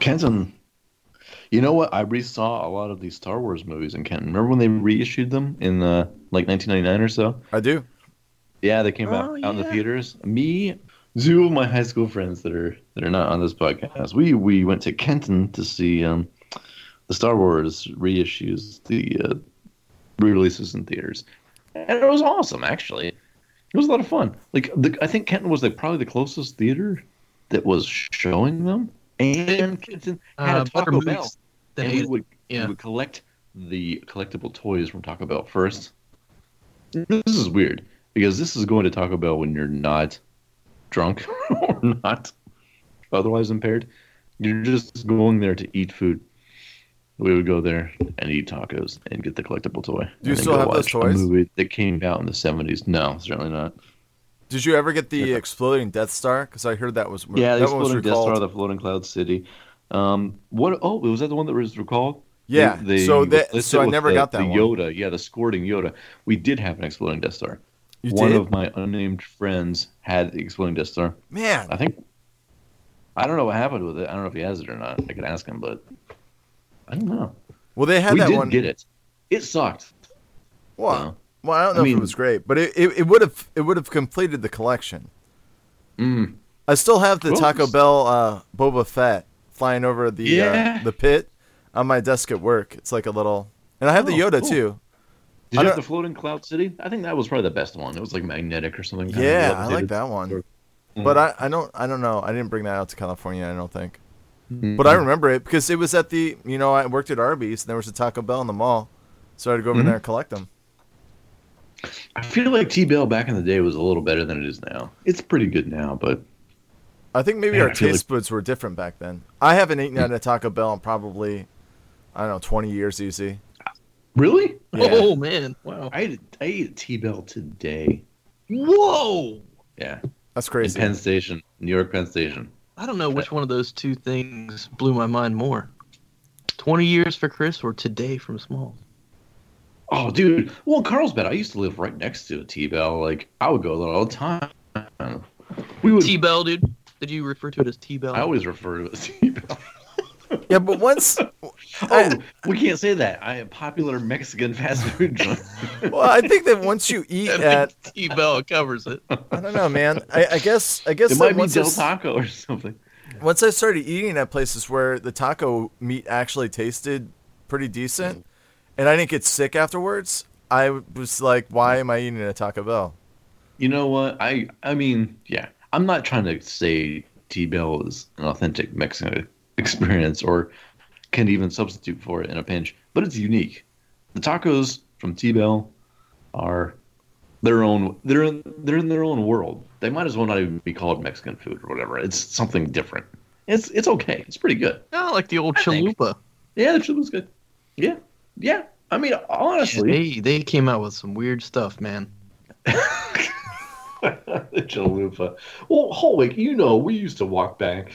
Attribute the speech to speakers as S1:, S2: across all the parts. S1: Kenton, you know what? I resaw a lot of these Star Wars movies in Kenton. Remember when they reissued them in uh, like 1999 or so?
S2: I do.
S1: Yeah, they came out,
S2: Oh,
S1: out in the
S2: yeah.
S1: theaters. Me, two of my high school friends that are that are not on this podcast. We we went to Kenton to see um, the Star Wars reissues, the uh, re-releases in theaters, and it was awesome. Actually, it was a lot of fun. Like the, I think Kenton was like probably the closest theater that was showing them, and Kenton had
S3: Uh,
S1: a
S3: better
S1: Taco
S3: movies
S1: Bell,
S3: than
S1: and
S3: it
S1: we
S3: is.
S1: would
S3: yeah.
S1: we would collect the collectible toys from Taco Bell first. This is weird because this is going to Taco Bell when you're not drunk or not otherwise impaired. You're just going there to eat food. We would go there and eat tacos and get the collectible toy. and
S2: you
S1: then
S2: still
S1: go
S2: have those
S1: watch a
S2: toys?
S1: Movie that came out in the '70s. No, certainly not.
S2: Did you ever get the
S1: Yeah.
S2: exploding Death Star? Because I heard that was
S1: Yeah, the
S2: that one was
S1: exploding Death Star,
S2: recalled.
S1: the floating cloud city. Um, what? Oh, was that the one that was recalled?
S2: yeah.
S1: They- they
S2: so that
S1: replaced
S2: so
S1: it
S2: I
S1: with
S2: never
S1: the-
S2: got that
S1: the
S2: one.
S1: Yoda, yeah, the squirting Yoda. We did have an exploding Death Star.
S2: You
S1: one
S2: did,
S1: of my unnamed friends had the exploding Death Star.
S2: man.
S1: I think. I don't know what happened with it. I don't know if he has it or not. I could ask him, but I don't know.
S2: Well, they had
S1: we
S2: that
S1: did
S2: one.
S1: get it. It sucked.
S2: Well, well, I don't
S1: I
S2: know if
S1: mean-
S2: it was great, but it, it, it would have it would have completed the collection.
S1: though. Mm.
S2: I still have the
S1: Well,
S2: Taco
S1: it's-
S2: Bell uh, Boba Fett flying over the
S1: Yeah.
S2: uh, the pit on my desk at work. It's like a little, and I have the
S1: Oh,
S2: Yoda
S1: cool.
S2: too.
S1: Did
S2: I
S1: you
S2: don't-
S1: have the floating cloud city? I think that was probably the best one. It was like magnetic or something. kinda
S2: Yeah, I like
S1: updated.
S2: that one.
S1: Mhm.
S2: But I, I don't I don't know. I didn't bring that out to California. I don't think.
S1: Mhm.
S2: But I remember it because it was at the you know I worked at Arby's and there was a Taco Bell in the mall, so I'd go over
S1: Mhm.
S2: there and collect them.
S1: I feel like T Bell back in the day was a little better than it is now. It's pretty good now, but
S2: I think maybe
S1: Man,
S2: our
S1: I feel
S2: taste buds were different back then. I haven't eaten
S1: Mm.
S2: at a Taco Bell in probably I don't know twenty years easy.
S1: really,
S2: Yeah.
S3: Oh man! Wow.
S1: I ate, I ate T Bell today.
S3: Whoa!
S1: Yeah,
S2: That's
S1: in
S2: crazy.
S1: Penn Station, New York Penn Station.
S3: I don't know which one of those two things blew my mind more. Twenty years for Chris or today from Small.
S1: Oh, dude. Well, in Carlsbad, I used to live right next to a T Bell. Like, I would go there all the time. We would.
S3: T Bell, dude. Did you refer to it as T Bell?
S1: I always refer to it as T Bell.
S2: Yeah, but once
S1: Oh, we can't say that. I am popular Mexican fast food joint.
S2: well, I think that once you eat at
S3: T Bell covers it.
S2: I don't know, man. I, I guess I guess
S1: it
S2: that
S1: might be
S2: once,
S1: Del
S2: I s-
S1: Taco or something.
S2: once I started eating at places where the taco meat actually tasted pretty
S1: Mm.
S2: decent, and I didn't get sick afterwards, I was like, why am I eating at Taco Bell?
S1: You know what? I I mean, yeah. I'm not trying to say T Bell is an authentic Mexican experience or can even substitute for it in a pinch, but it's unique. The tacos from T Bell are their own they're in they're in their own world. They might as well not even be called Mexican food or whatever. It's something different. It's it's okay. It's pretty good.
S3: I like the old
S1: I think.
S3: chalupa.
S1: Yeah, the was good. Yeah. Yeah. I mean honestly
S3: They they came out with some weird stuff, man.
S1: the chalupa. Well, Holwick, you know, we used to walk back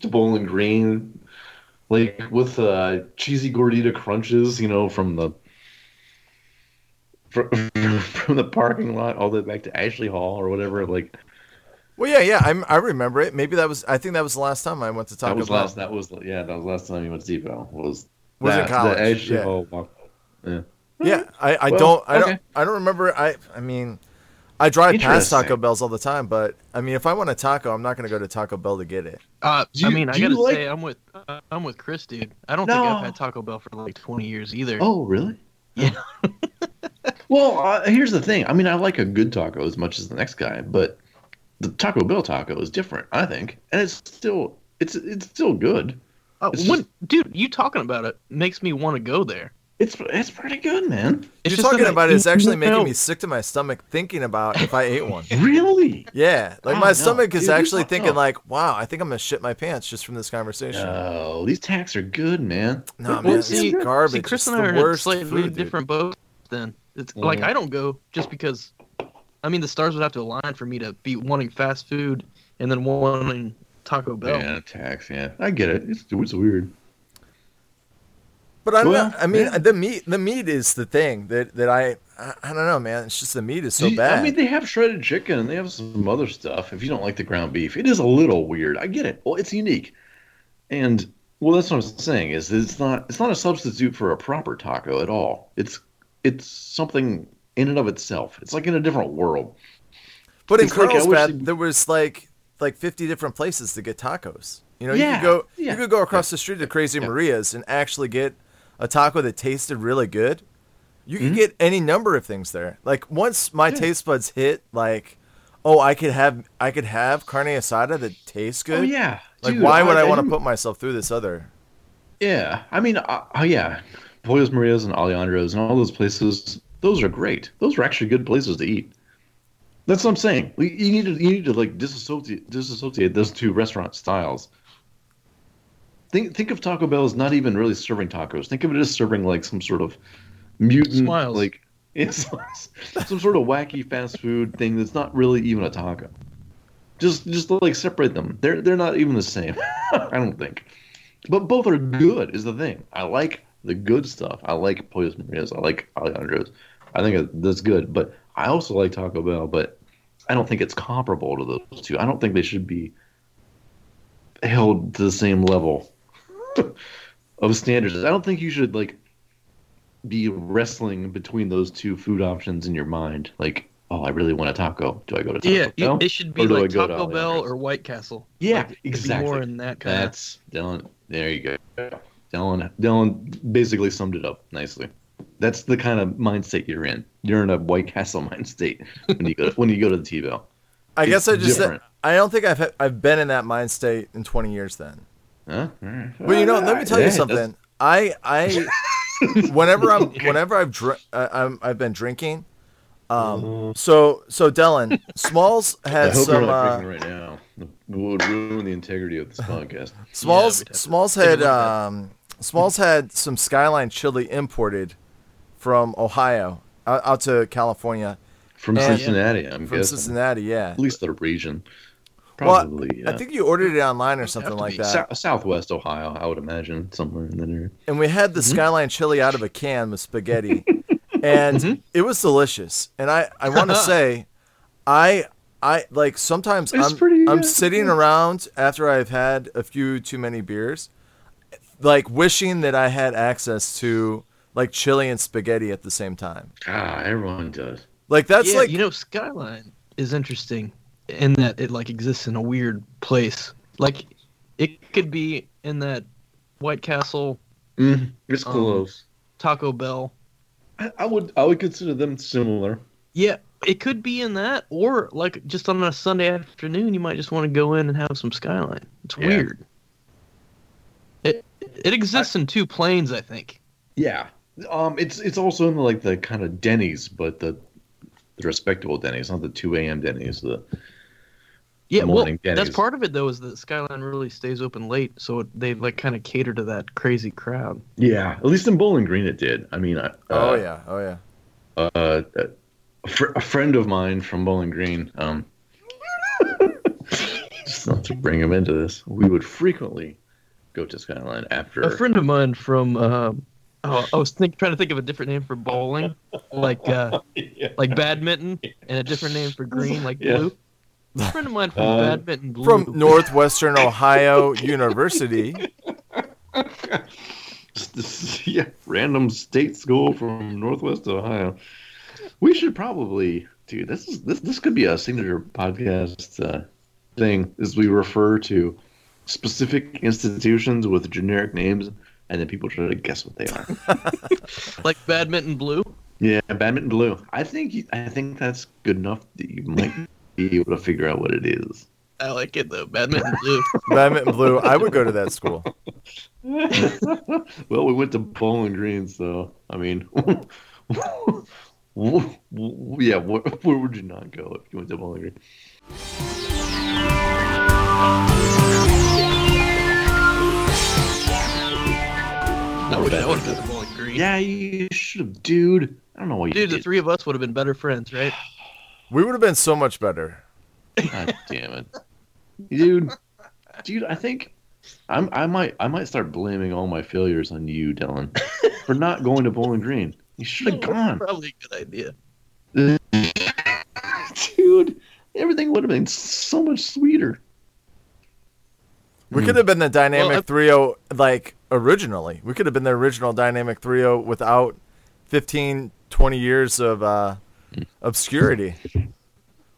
S1: to Bowling Green, like with uh, cheesy gordita crunches, you know, from the from, from the parking lot all the way back to Ashley Hall or whatever. Like
S2: Well, yeah, yeah, I'm, I remember it. Maybe that was I think that was the last time I went to Taco
S1: that was
S2: Bell.
S1: last. That was yeah. That was last time you went to Depot. Was
S2: Was in
S1: that, the
S2: college,
S1: Ashley
S2: yeah.
S1: Hall walk. Yeah.
S2: Yeah, I, I
S1: Well,
S2: don't I don't
S1: okay.
S2: I don't remember. I I mean, I drive past
S1: Interesting.
S2: Taco Bells all the time, but I mean, if I want a taco, I'm not going to go to Taco Bell to get it.
S3: Uh,
S1: Do
S3: I
S1: you-
S3: mean, I
S1: do you
S3: gotta
S1: like-
S3: say, I'm with uh, I'm with Chris, dude. I don't think
S1: No.
S3: I've had Taco Bell for like 20 years either.
S1: Oh, really?
S3: Yeah.
S1: well, uh, here's the thing. I mean, I like a good taco as much as the next guy, but the Taco Bell taco is different, I think, and it's still it's it's still good.
S3: Uh,
S1: It's
S3: when, dude, you talking about it makes me want to go there.
S1: It's it's pretty good, man.
S3: It's
S2: You're
S3: just
S2: talking
S3: that I-
S2: about it, it's actually
S3: no.
S2: making me sick to my stomach thinking about if I ate one.
S1: Really?
S2: Yeah, like
S1: Oh,
S2: my
S1: no.
S2: stomach is
S1: Dude, you
S2: actually
S1: fucked
S2: thinking
S1: up.
S2: like, wow, I think I'm gonna shit my pants just from this conversation.
S1: Oh, these tacks are good, man.
S2: no, man,
S3: Well,
S2: it's
S3: see-
S2: garbage.
S3: See, Chris
S2: it's
S3: and I
S2: the
S3: are in a
S2: worst
S3: slightly
S2: food, dude. Mm-hmm.
S3: different boat. Then it's like
S1: Mhm.
S3: I don't go just because. I mean, the stars would have to align for me to be wanting fast food and then wanting Taco Bell.
S1: Yeah, tax. Yeah, I get it. It's, it's weird.
S2: But I'm
S1: Well,
S2: not, I mean,
S1: yeah.
S2: the meat, the meat is the thing that that I, I, I don't know, man. It's just the meat is so
S1: Do you-
S2: bad.
S1: I mean, they have shredded chicken and they have some other stuff. If you don't like the ground beef, it is a little weird. I get it. Well, it's unique. And well, that's what I'm saying is it's not it's not a substitute for a proper taco at all. It's it's something in and of itself. It's like in a different world.
S2: But in
S1: It's like I wish
S2: Carlsbad,
S1: they-
S2: there was like like 50 different places to get tacos. You know, you
S1: Yeah,
S2: could go
S1: yeah.
S2: you could go across the street to Crazy Maria's and actually get a taco that tasted really good. You
S1: Mm-hmm.
S2: could get any number of things there. Like once my taste buds hit like oh, I could have I could have carne asada that tastes good.
S1: Oh yeah.
S2: Like
S1: dude,
S2: why would I, want to
S1: didn't-
S2: put myself through this other?
S1: Yeah, I mean, uh, oh yeah, Pollos Maria's and Alejandro's and all those places. Those are great. Those are actually good places to eat. That's what I'm saying. You you need to you need to like disassociate disassociate those two restaurant styles. Think think of Taco Bell as not even really serving tacos. Think of it as serving like some sort of mutant
S3: Smiles.
S1: like it's some sort of wacky fast food thing that's not really even a taco. Just just like separate them. They're they're not even the same. I don't think. But both are good is the thing. I like the good stuff. I like Pollos Maria's. I like Alejandro's. I think that's good. But I also like Taco Bell. But I don't think it's comparable to those two. I don't think they should be held to the same level of standards. I don't think you should like be wrestling between those two food options in your mind. Like, oh, I really want a taco. Do I go to Taco
S3: yeah,
S1: Bell?
S3: it, it should
S1: Or
S3: be
S1: do I
S3: like
S1: go to
S3: Taco Bell
S1: Alejandro's?
S3: or White Castle.
S1: Yeah,
S3: Like, it could be
S1: exactly.
S3: More in that kind. of
S1: That's Dylan. There you go. Dylan. Dylan basically summed it up nicely. That's the kind of mind state you're in. You're in a White Castle mind state when you go when you go to the T Bell.
S2: I guess I
S1: It's
S2: just
S1: different.
S2: I don't think I've ha- I've been in that mind state in 20 years then.
S1: Huh? All right.
S2: Well, you know, let me tell
S1: Yeah,
S2: you
S1: that's-
S2: something. I I whenever I'm whenever I've dr- I, I'm I've been drinking. Um.
S3: Uh-huh.
S2: So so Dylan Smalls
S1: I
S2: had
S1: hope
S2: some.
S1: you're not
S2: Uh,
S1: drinking right now. It would ruin the integrity of this podcast.
S2: Smalls
S3: Yeah, we'd have to
S2: Smalls
S3: take a
S2: had
S3: look at
S2: um Smalls had some Skyline chili imported from Ohio out, out to California
S1: From
S2: Uh, Yeah.
S1: Cincinnati, I'm
S2: from
S1: guessing.
S2: Cincinnati. Yeah.
S1: At least the region.
S2: Well,
S1: Probably. yeah.
S2: I think you ordered it online or something
S3: to
S2: like
S3: be.
S2: that.
S1: Sou- Southwest Ohio, I would imagine, somewhere in that area.
S2: and we had the
S1: Mm-hmm.
S2: skyline chili out of a can with spaghetti and
S1: Mm-hmm.
S2: it was delicious and i i want to say i i like sometimes
S1: It's
S2: i'm
S1: pretty uh,
S2: i'm
S1: good,
S2: sitting
S1: yeah.
S2: around after i've had a few too many beers like wishing that i had access to like chili and spaghetti at the same time
S1: Ah, everyone does.
S2: like that's
S3: yeah,
S2: like
S3: you know, Skyline is interesting in that it like exists in a weird place. Like it could be in that White Castle,
S1: Mm, it's
S3: Um,
S1: close.
S3: Taco Bell.
S1: I, I would I would consider them similar.
S3: Yeah, it could be in that, or like just on a Sunday afternoon, you might just want to go in and have some Skyline. It's
S1: Yeah.
S3: weird. It it exists in two planes, I think.
S1: Yeah. Um it's it's also in like the kind of Denny's, but the the respectable Denny's, not the two AM Denny's, the
S3: Yeah, well,
S1: morning
S3: that's
S1: Denny's.
S3: part of it though, is that Skyline really stays open late, so it- they like kind of cater to that crazy crowd.
S1: Yeah. At least in Bowling Green it did. I mean I
S2: oh
S1: uh,
S2: yeah oh yeah
S1: uh, a, fr- a friend of mine from Bowling Green, um, just not to bring him into this, we would frequently go to Skyline after.
S3: A friend of mine from uh, oh, I was think, trying to think of a different name for bowling, like uh,
S1: yeah.
S3: like badminton, and a different name for green, like
S1: Yeah.
S3: blue. A friend of mine from
S1: Uh,
S3: badminton blue.
S2: from northwestern ohio university
S1: Just this- yeah, random state school from Northwest Ohio. We should probably, dude. This is this this could be a signature podcast uh, thing. Is we refer to specific institutions with generic names, and then people try to guess what they are.
S3: like badminton blue.
S1: yeah, badminton blue. I think you- I think that's good enough that you might be able to figure out what it is.
S3: I like it though. Badminton blue.
S2: badminton blue i would go to that school
S1: well, we went to Bowling Green, so I mean, yeah, where, where would you not go if you went to Bowling Green?
S3: I would have been the bowling green.
S1: Yeah, you should have, dude. I don't know why you
S3: Dude, the
S1: did.
S3: three of us would have been better friends, right?
S2: we would have been so much better
S1: God damn it, dude, dude. I think I'm. I might. I might start blaming all my failures on you, Dylan, for not going to Bowling Green. You should have gone.
S3: Probably a good idea.
S1: dude, everything would have been so much sweeter.
S2: We could have been the Dynamic
S3: Well, I-
S2: 3.0 like originally. We could have been the original Dynamic 3.0 without 15, 20 years of uh,
S1: Mm.
S2: obscurity.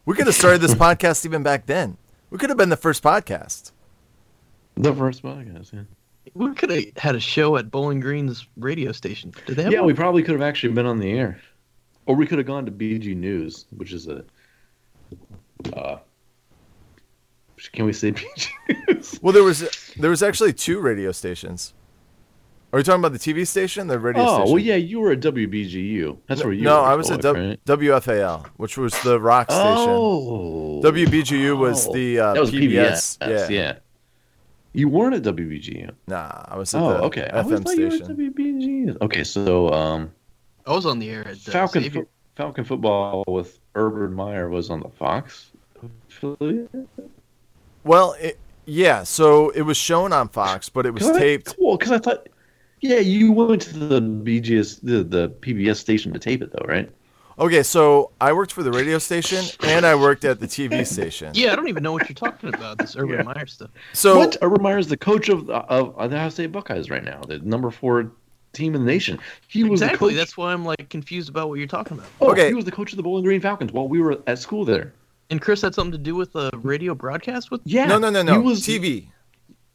S2: We could have started this podcast even back then. We could have been the first podcast.
S1: The first podcast, yeah.
S3: We could have had a show at Bowling Green's radio station. Did they have
S1: Yeah,
S3: one?
S1: we probably could have actually been on the air, or we could have gone to BG News, which is a. Uh, can we say BG News?
S2: Well, there was there was actually two radio stations. Are you talking about the TV station, the radio
S1: Oh
S2: station?
S1: well, yeah, you were at WBGU. That's where you.
S2: no,
S1: were,
S2: I was at
S1: Bullock,
S2: W
S1: right?
S2: WFAL, which was the rock station.
S1: Oh,
S2: WBGU was the, uh,
S1: that was PBS.
S2: PBS, yeah.
S1: Yeah. you weren't at WBGU.
S2: Nah, I was at
S1: Oh,
S2: the
S1: okay. I always
S2: FM
S1: thought you were at
S2: station.
S1: WBGU. Okay, so um,
S3: I was on the air at uh,
S1: Falcon
S3: Xavier.
S1: fo- Falcon football with Urban Meyer was on the Fox affiliate.
S2: Well, it, yeah, so it was shown on Fox, but it was
S1: Cause I-
S2: taped.
S1: well, because I thought, yeah, you went to the BGS, the, the PBS station to tape it, though, right?
S2: Okay, so I worked for the radio station and I worked at the TV station.
S3: Yeah, I don't even know what you're talking about. This Urban Meyer stuff.
S2: So
S1: what? Urban Meyer is the coach of of Ohio State Buckeyes right now, the number four team in the nation. He was the
S3: Exactly.
S1: coach-
S3: That's why I'm like confused about what you're talking about.
S1: oh,
S2: Okay.
S1: He was the coach of the Bowling Green Falcons while we were at school there.
S3: And Chris had something to do with the radio broadcast with.
S1: Yeah.
S2: no, no, no,
S1: He
S2: no.
S1: was
S2: TV.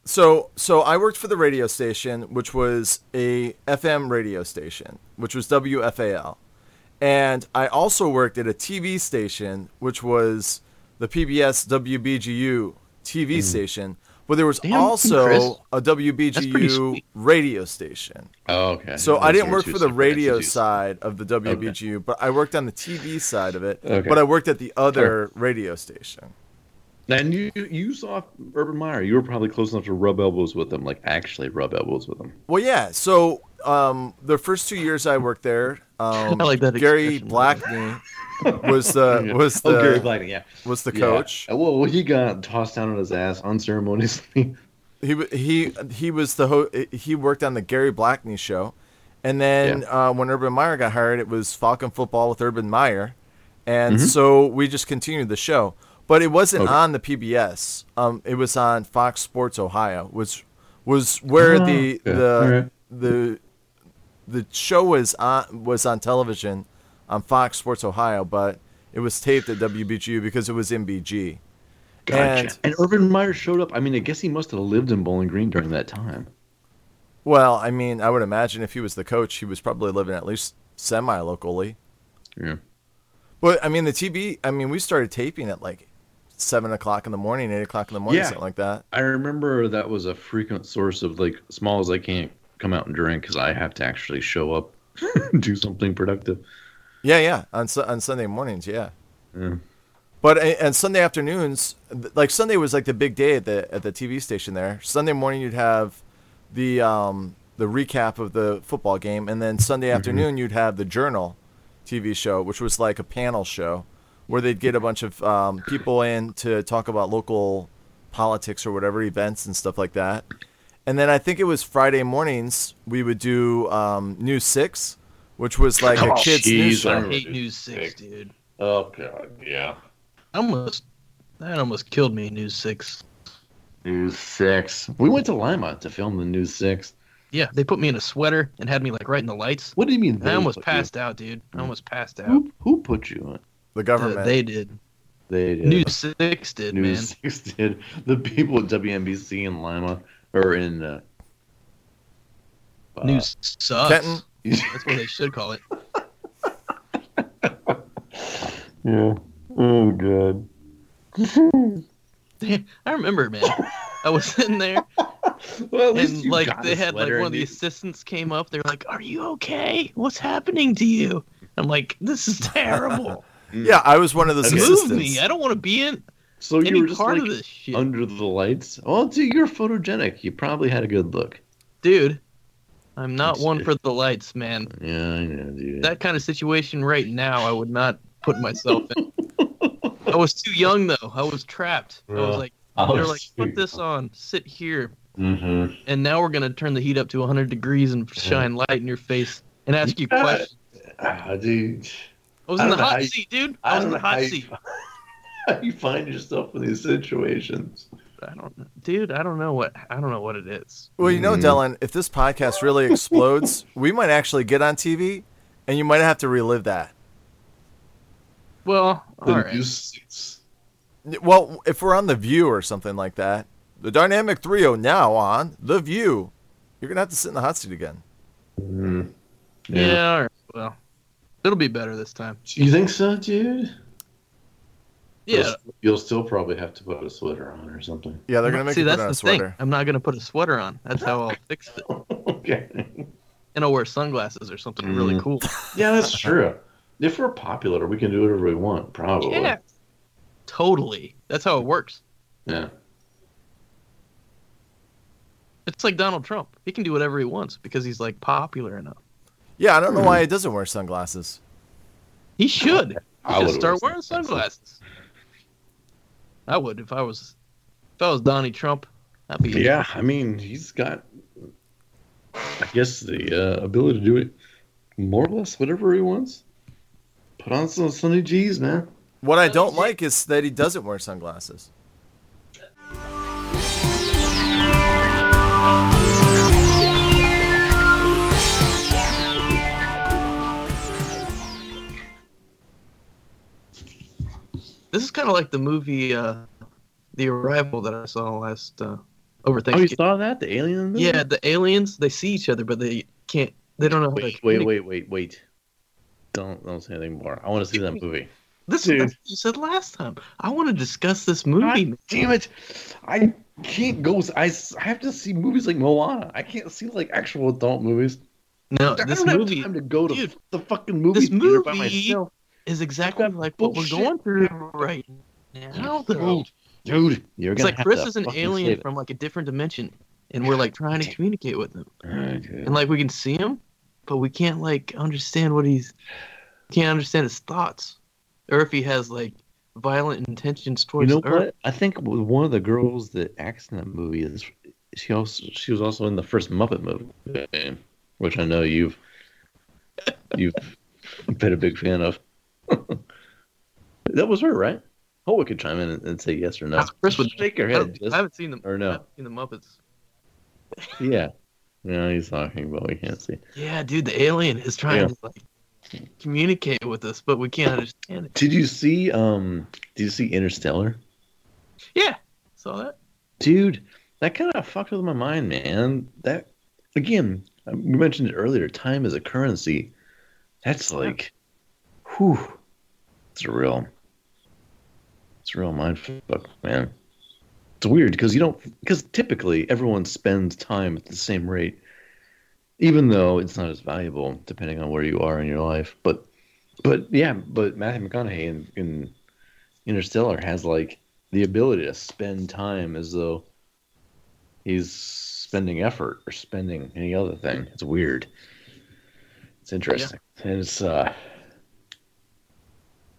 S2: So so I worked for the radio station, which was a FM radio station, which was WFAL, and I also worked at a TV station, which was the PBS WBGU TV
S1: Hmm.
S2: station. But there was
S3: Damn, Chris.
S2: also a
S3: pretty
S2: WBGU
S3: sweet.
S2: radio station.
S1: Oh, okay.
S2: So I
S1: Those
S2: didn't
S1: were
S2: work
S1: two
S2: for the
S1: separate
S2: radio
S1: entities.
S2: side of the WBGU, but I worked on the TV side of it.
S1: Okay.
S2: But I worked at the other radio station.
S1: And you you saw Urban Meyer. You were probably close enough to rub elbows with him, like actually rub elbows with him.
S2: Well, yeah. So um, the first two years I worked there, um,
S3: I like that
S2: Gary
S3: expression, by the
S2: Blackney was the was the
S1: oh, Gary Blackney, yeah.
S2: was the
S1: Yeah.
S2: coach.
S1: Well, well, he got tossed down on his ass unceremoniously.
S2: He wa- he he was the ho- he worked on the Gary Blackney show, and then uh, when Urban Meyer got hired, it was Falcon Football with Urban Meyer, and so we just continued the show. But it wasn't
S1: Mm-hmm. Okay.
S2: on the PBS. Um, it was on Fox Sports Ohio, which was where
S1: Ah,
S2: the
S1: okay.
S2: the
S1: Alright.
S2: the the show was on was on television on Fox Sports Ohio, but it was taped at WBGU because it was in BG.
S1: Gotcha.
S2: And-
S1: And, Urban Meyer showed up. I mean, I guess he must have lived in Bowling Green during that time.
S2: Well, I mean, I would imagine if he was the coach, he was probably living at least semi locally.
S1: Yeah.
S2: But I mean, the TV. I mean, we started taping at like seven o'clock in the morning, eight o'clock in the morning,
S1: Yeah.
S2: something like that.
S1: I remember that was a frequent source of like small as I can't come out and drink because I have to actually show up, do something productive.
S2: Yeah, yeah. On Su- on Sunday mornings, yeah.
S1: Yeah.
S2: But a- and Sunday afternoons, th- like Sunday was like the big day at the at the TV station there. Sunday morning you'd have the um the recap of the football game, and then Sunday afternoon you'd have the Journal TV show, which was like a panel show where they'd get a bunch of um, people in to talk about local politics or whatever events and stuff like that. And then I think it was Friday mornings we would do um, News Six, which was like a
S1: Oh,
S2: kids
S1: jeez,
S2: news
S1: I
S2: show.
S3: I
S1: remember
S3: hate
S1: dude.
S3: News Six, dude.
S1: Oh God, yeah.
S3: I almost that almost killed me. News Six.
S1: News six. We went to Lima to film the News six.
S3: Yeah, they put me in a sweater and had me like right in the lights.
S1: What do you mean?
S3: I almost
S1: put you-
S3: passed out, dude. I almost passed out.
S1: Who, who put you in?
S2: The
S3: Uh,
S2: government.
S3: they did.
S1: They did.
S3: News Six did,
S1: News
S3: man.
S1: six did. The people at WNBC in Lima or in uh, uh,
S3: News sucks.
S2: Kenton?
S3: That's what they should call it.
S1: yeah. Oh god.
S3: I remember, man. I was in there,
S1: Well, at least
S3: and
S1: you
S3: like
S1: got
S3: they
S1: a
S3: had like
S1: sweater
S3: one of
S1: and
S3: the
S1: you-
S3: assistants came up. They're like, "Are you okay? What's happening to you?" I'm like, "This is terrible.
S1: Mm.
S2: Yeah, I was one of those
S1: Okay.
S2: assistants.
S3: Move me. I don't want to be in
S1: So Oh, you were
S3: any
S1: just
S3: part of
S1: like
S3: this shit,
S1: under the lights. Well, dude, you're photogenic. You probably had a good look.
S3: dude." I'm not
S1: That's
S3: one
S1: good.
S3: for the lights, man.
S1: Yeah, I know, dude.
S3: That kind of situation right now, I would not put myself in. I was too young though. I was trapped. I
S1: Yeah.
S3: was like,
S2: Oh,
S3: they're like, put this on, sit here,
S1: hmm
S3: and now we're gonna turn the heat up to 100 degrees and shine light in your face and ask you
S1: Yeah.
S3: questions.
S1: Ah, dude,
S3: I was
S1: I
S3: in the
S1: don't know
S3: hot
S1: how you-
S3: seat, dude.
S1: I
S3: I was
S1: don't
S3: in
S1: know
S3: the
S1: how
S3: hot
S1: you-
S3: seat.
S1: how you find yourself in these situations.
S3: I don't, dude. I don't know what I don't know what it is.
S2: Well, you know,
S1: Mhm.
S2: Dylan, if this podcast really explodes, we might actually get on TV, and you might have to relive that.
S3: Well, all
S1: The
S3: right.
S1: new suits.
S2: Well, if we're on The View or something like that, the dynamic trio now on The View, you're gonna have to sit in the hot seat again.
S1: Mm.
S3: yeah. all right. Well, it'll be better this time.
S1: You think so, dude?
S3: Yeah.
S1: You'll, you'll still probably have to put a sweater on or something.
S2: Yeah, they're gonna make
S3: Mm, See,
S2: you put
S3: that's
S2: on
S3: the
S2: a
S3: thing.
S2: sweater.
S3: I'm not gonna put a sweater on. That's how I'll fix it.
S1: okay.
S3: And I'll wear sunglasses or something really
S1: Mhm.
S2: Mm.
S3: cool.
S1: Yeah, that's true. If we're popular, we can do whatever we want, probably.
S3: Yeah. Totally. That's how it works.
S1: Yeah.
S3: It's like Donald Trump. He can do whatever he wants because he's like popular enough.
S2: Yeah, I don't know why he doesn't wear sunglasses.
S3: He should. He
S1: I
S3: should
S1: would've
S3: start
S1: wear
S3: wearing
S1: sunglasses.
S3: sunglasses. I would if I was if I was Donnie Trump. I'd be
S1: Yeah, I mean, he's got, I guess, the uh, ability to do it more or less whatever he wants. Put on some Sunny G's, man.
S2: What I don't like is that he doesn't wear sunglasses.
S3: This is kind of like the movie uh, The Arrival that I saw last uh, over
S1: Oh, you
S3: Thanksgiving.
S1: saw that? The alien? movie?
S3: yeah, the aliens they see each other but they can't. They don't know. how to
S1: Wait, wait,
S3: communicate.
S1: wait, wait, wait. Don't don't say anything more. I want to see that movie.
S3: This
S1: Dude.
S3: is what you said last time. I want to discuss this movie.
S1: God damn it! I can't go. I, s- I have to see movies like Moana. I can't see like actual adult movies.
S3: No,
S1: I
S3: this
S1: don't
S3: movie
S1: have time to go to
S3: dude,
S1: the fucking movie
S3: this
S1: theater by
S3: movie-
S1: myself.
S3: is exactly like what we're
S1: bullshit.
S3: going through right now. Though.
S1: dude, you're
S3: It's
S1: gonna
S3: like
S1: have
S3: Chris
S1: to
S3: is an
S1: fucking
S3: alien
S1: save it.
S3: from like a different dimension, and we're like trying to communicate with him,
S1: Okay.
S3: and like we can see him, but we can't like understand what he's can't understand his thoughts, or if he has like violent intentions
S1: You
S3: towards
S1: know
S3: Earth.
S1: what? I think one of the girls that acts in that movie is she also she was also in the first Muppet movie, which I know you've you've been a big fan of. that was her, right? Hope could chime in and, and say yes or no.
S3: Ah, Chris would-
S1: shake her
S3: I,
S1: head.
S3: don't- I
S1: Yes
S3: haven't seen them.
S1: or
S3: I
S1: no?
S3: haven't seen the Muppets.
S1: Yeah. No, he's talking, but we can't see.
S3: Yeah, dude, the alien is trying
S1: Yeah.
S3: to like communicate with us, but we can't understand it.
S1: Did you see? Um, did you see Interstellar?
S3: Yeah, saw that.
S1: dude that kind of fucked with my mind man that again um, we mentioned it earlier time is a currency that's like whew it's a real it's a real mind fuck man it's weird because you don't because typically everyone spends time at the same rate even though it's not as valuable depending on where you are in your life but but yeah but matthew mcconaughey in, in interstellar has like the ability to spend time as though he's spending effort or spending any other thing. It's weird. It's interesting. And it's uh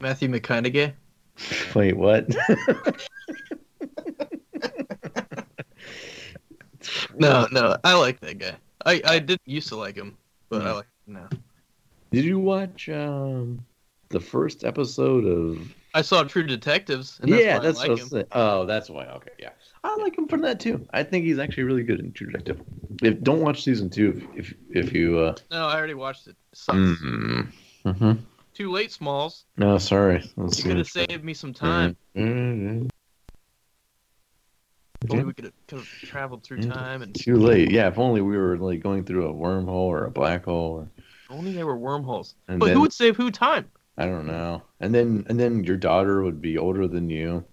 S3: Matthew McConaughey.
S1: wait, what?
S3: No, no, I like that guy. I I did used to like him, but I
S1: Yeah.
S3: like him now.
S1: Did you watch um the first episode of
S3: I saw True Detectives, and that's
S1: Yeah,
S3: why
S1: that's
S3: I like
S1: what I was
S3: him.
S1: saying. Oh, that's why. Okay, yeah. I like him from that too. I think he's actually really good in True Detective. If don't watch season two if if, if you uh
S3: No, I already watched it. Sucks.
S1: mm mm-hmm.
S3: Too late, Smalls.
S1: No, sorry. Let's
S3: You
S1: see.
S3: could have saved me some time.
S1: Mhm.
S3: Only we could have traveled through
S1: Mhm.
S3: time, and
S1: Too late. Yeah, if only we were like going through a wormhole or a black hole. Or,
S3: only there were wormholes.
S1: and
S3: but
S1: then,
S3: who would save who time?
S1: I don't know. And then and then your daughter would be older than you.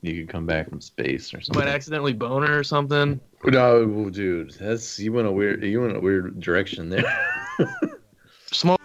S1: You could come back from space or
S3: Might
S1: something.
S3: accidentally bone her or something.
S1: no, dude, that's you went a weird you went a weird direction there.
S3: Smalls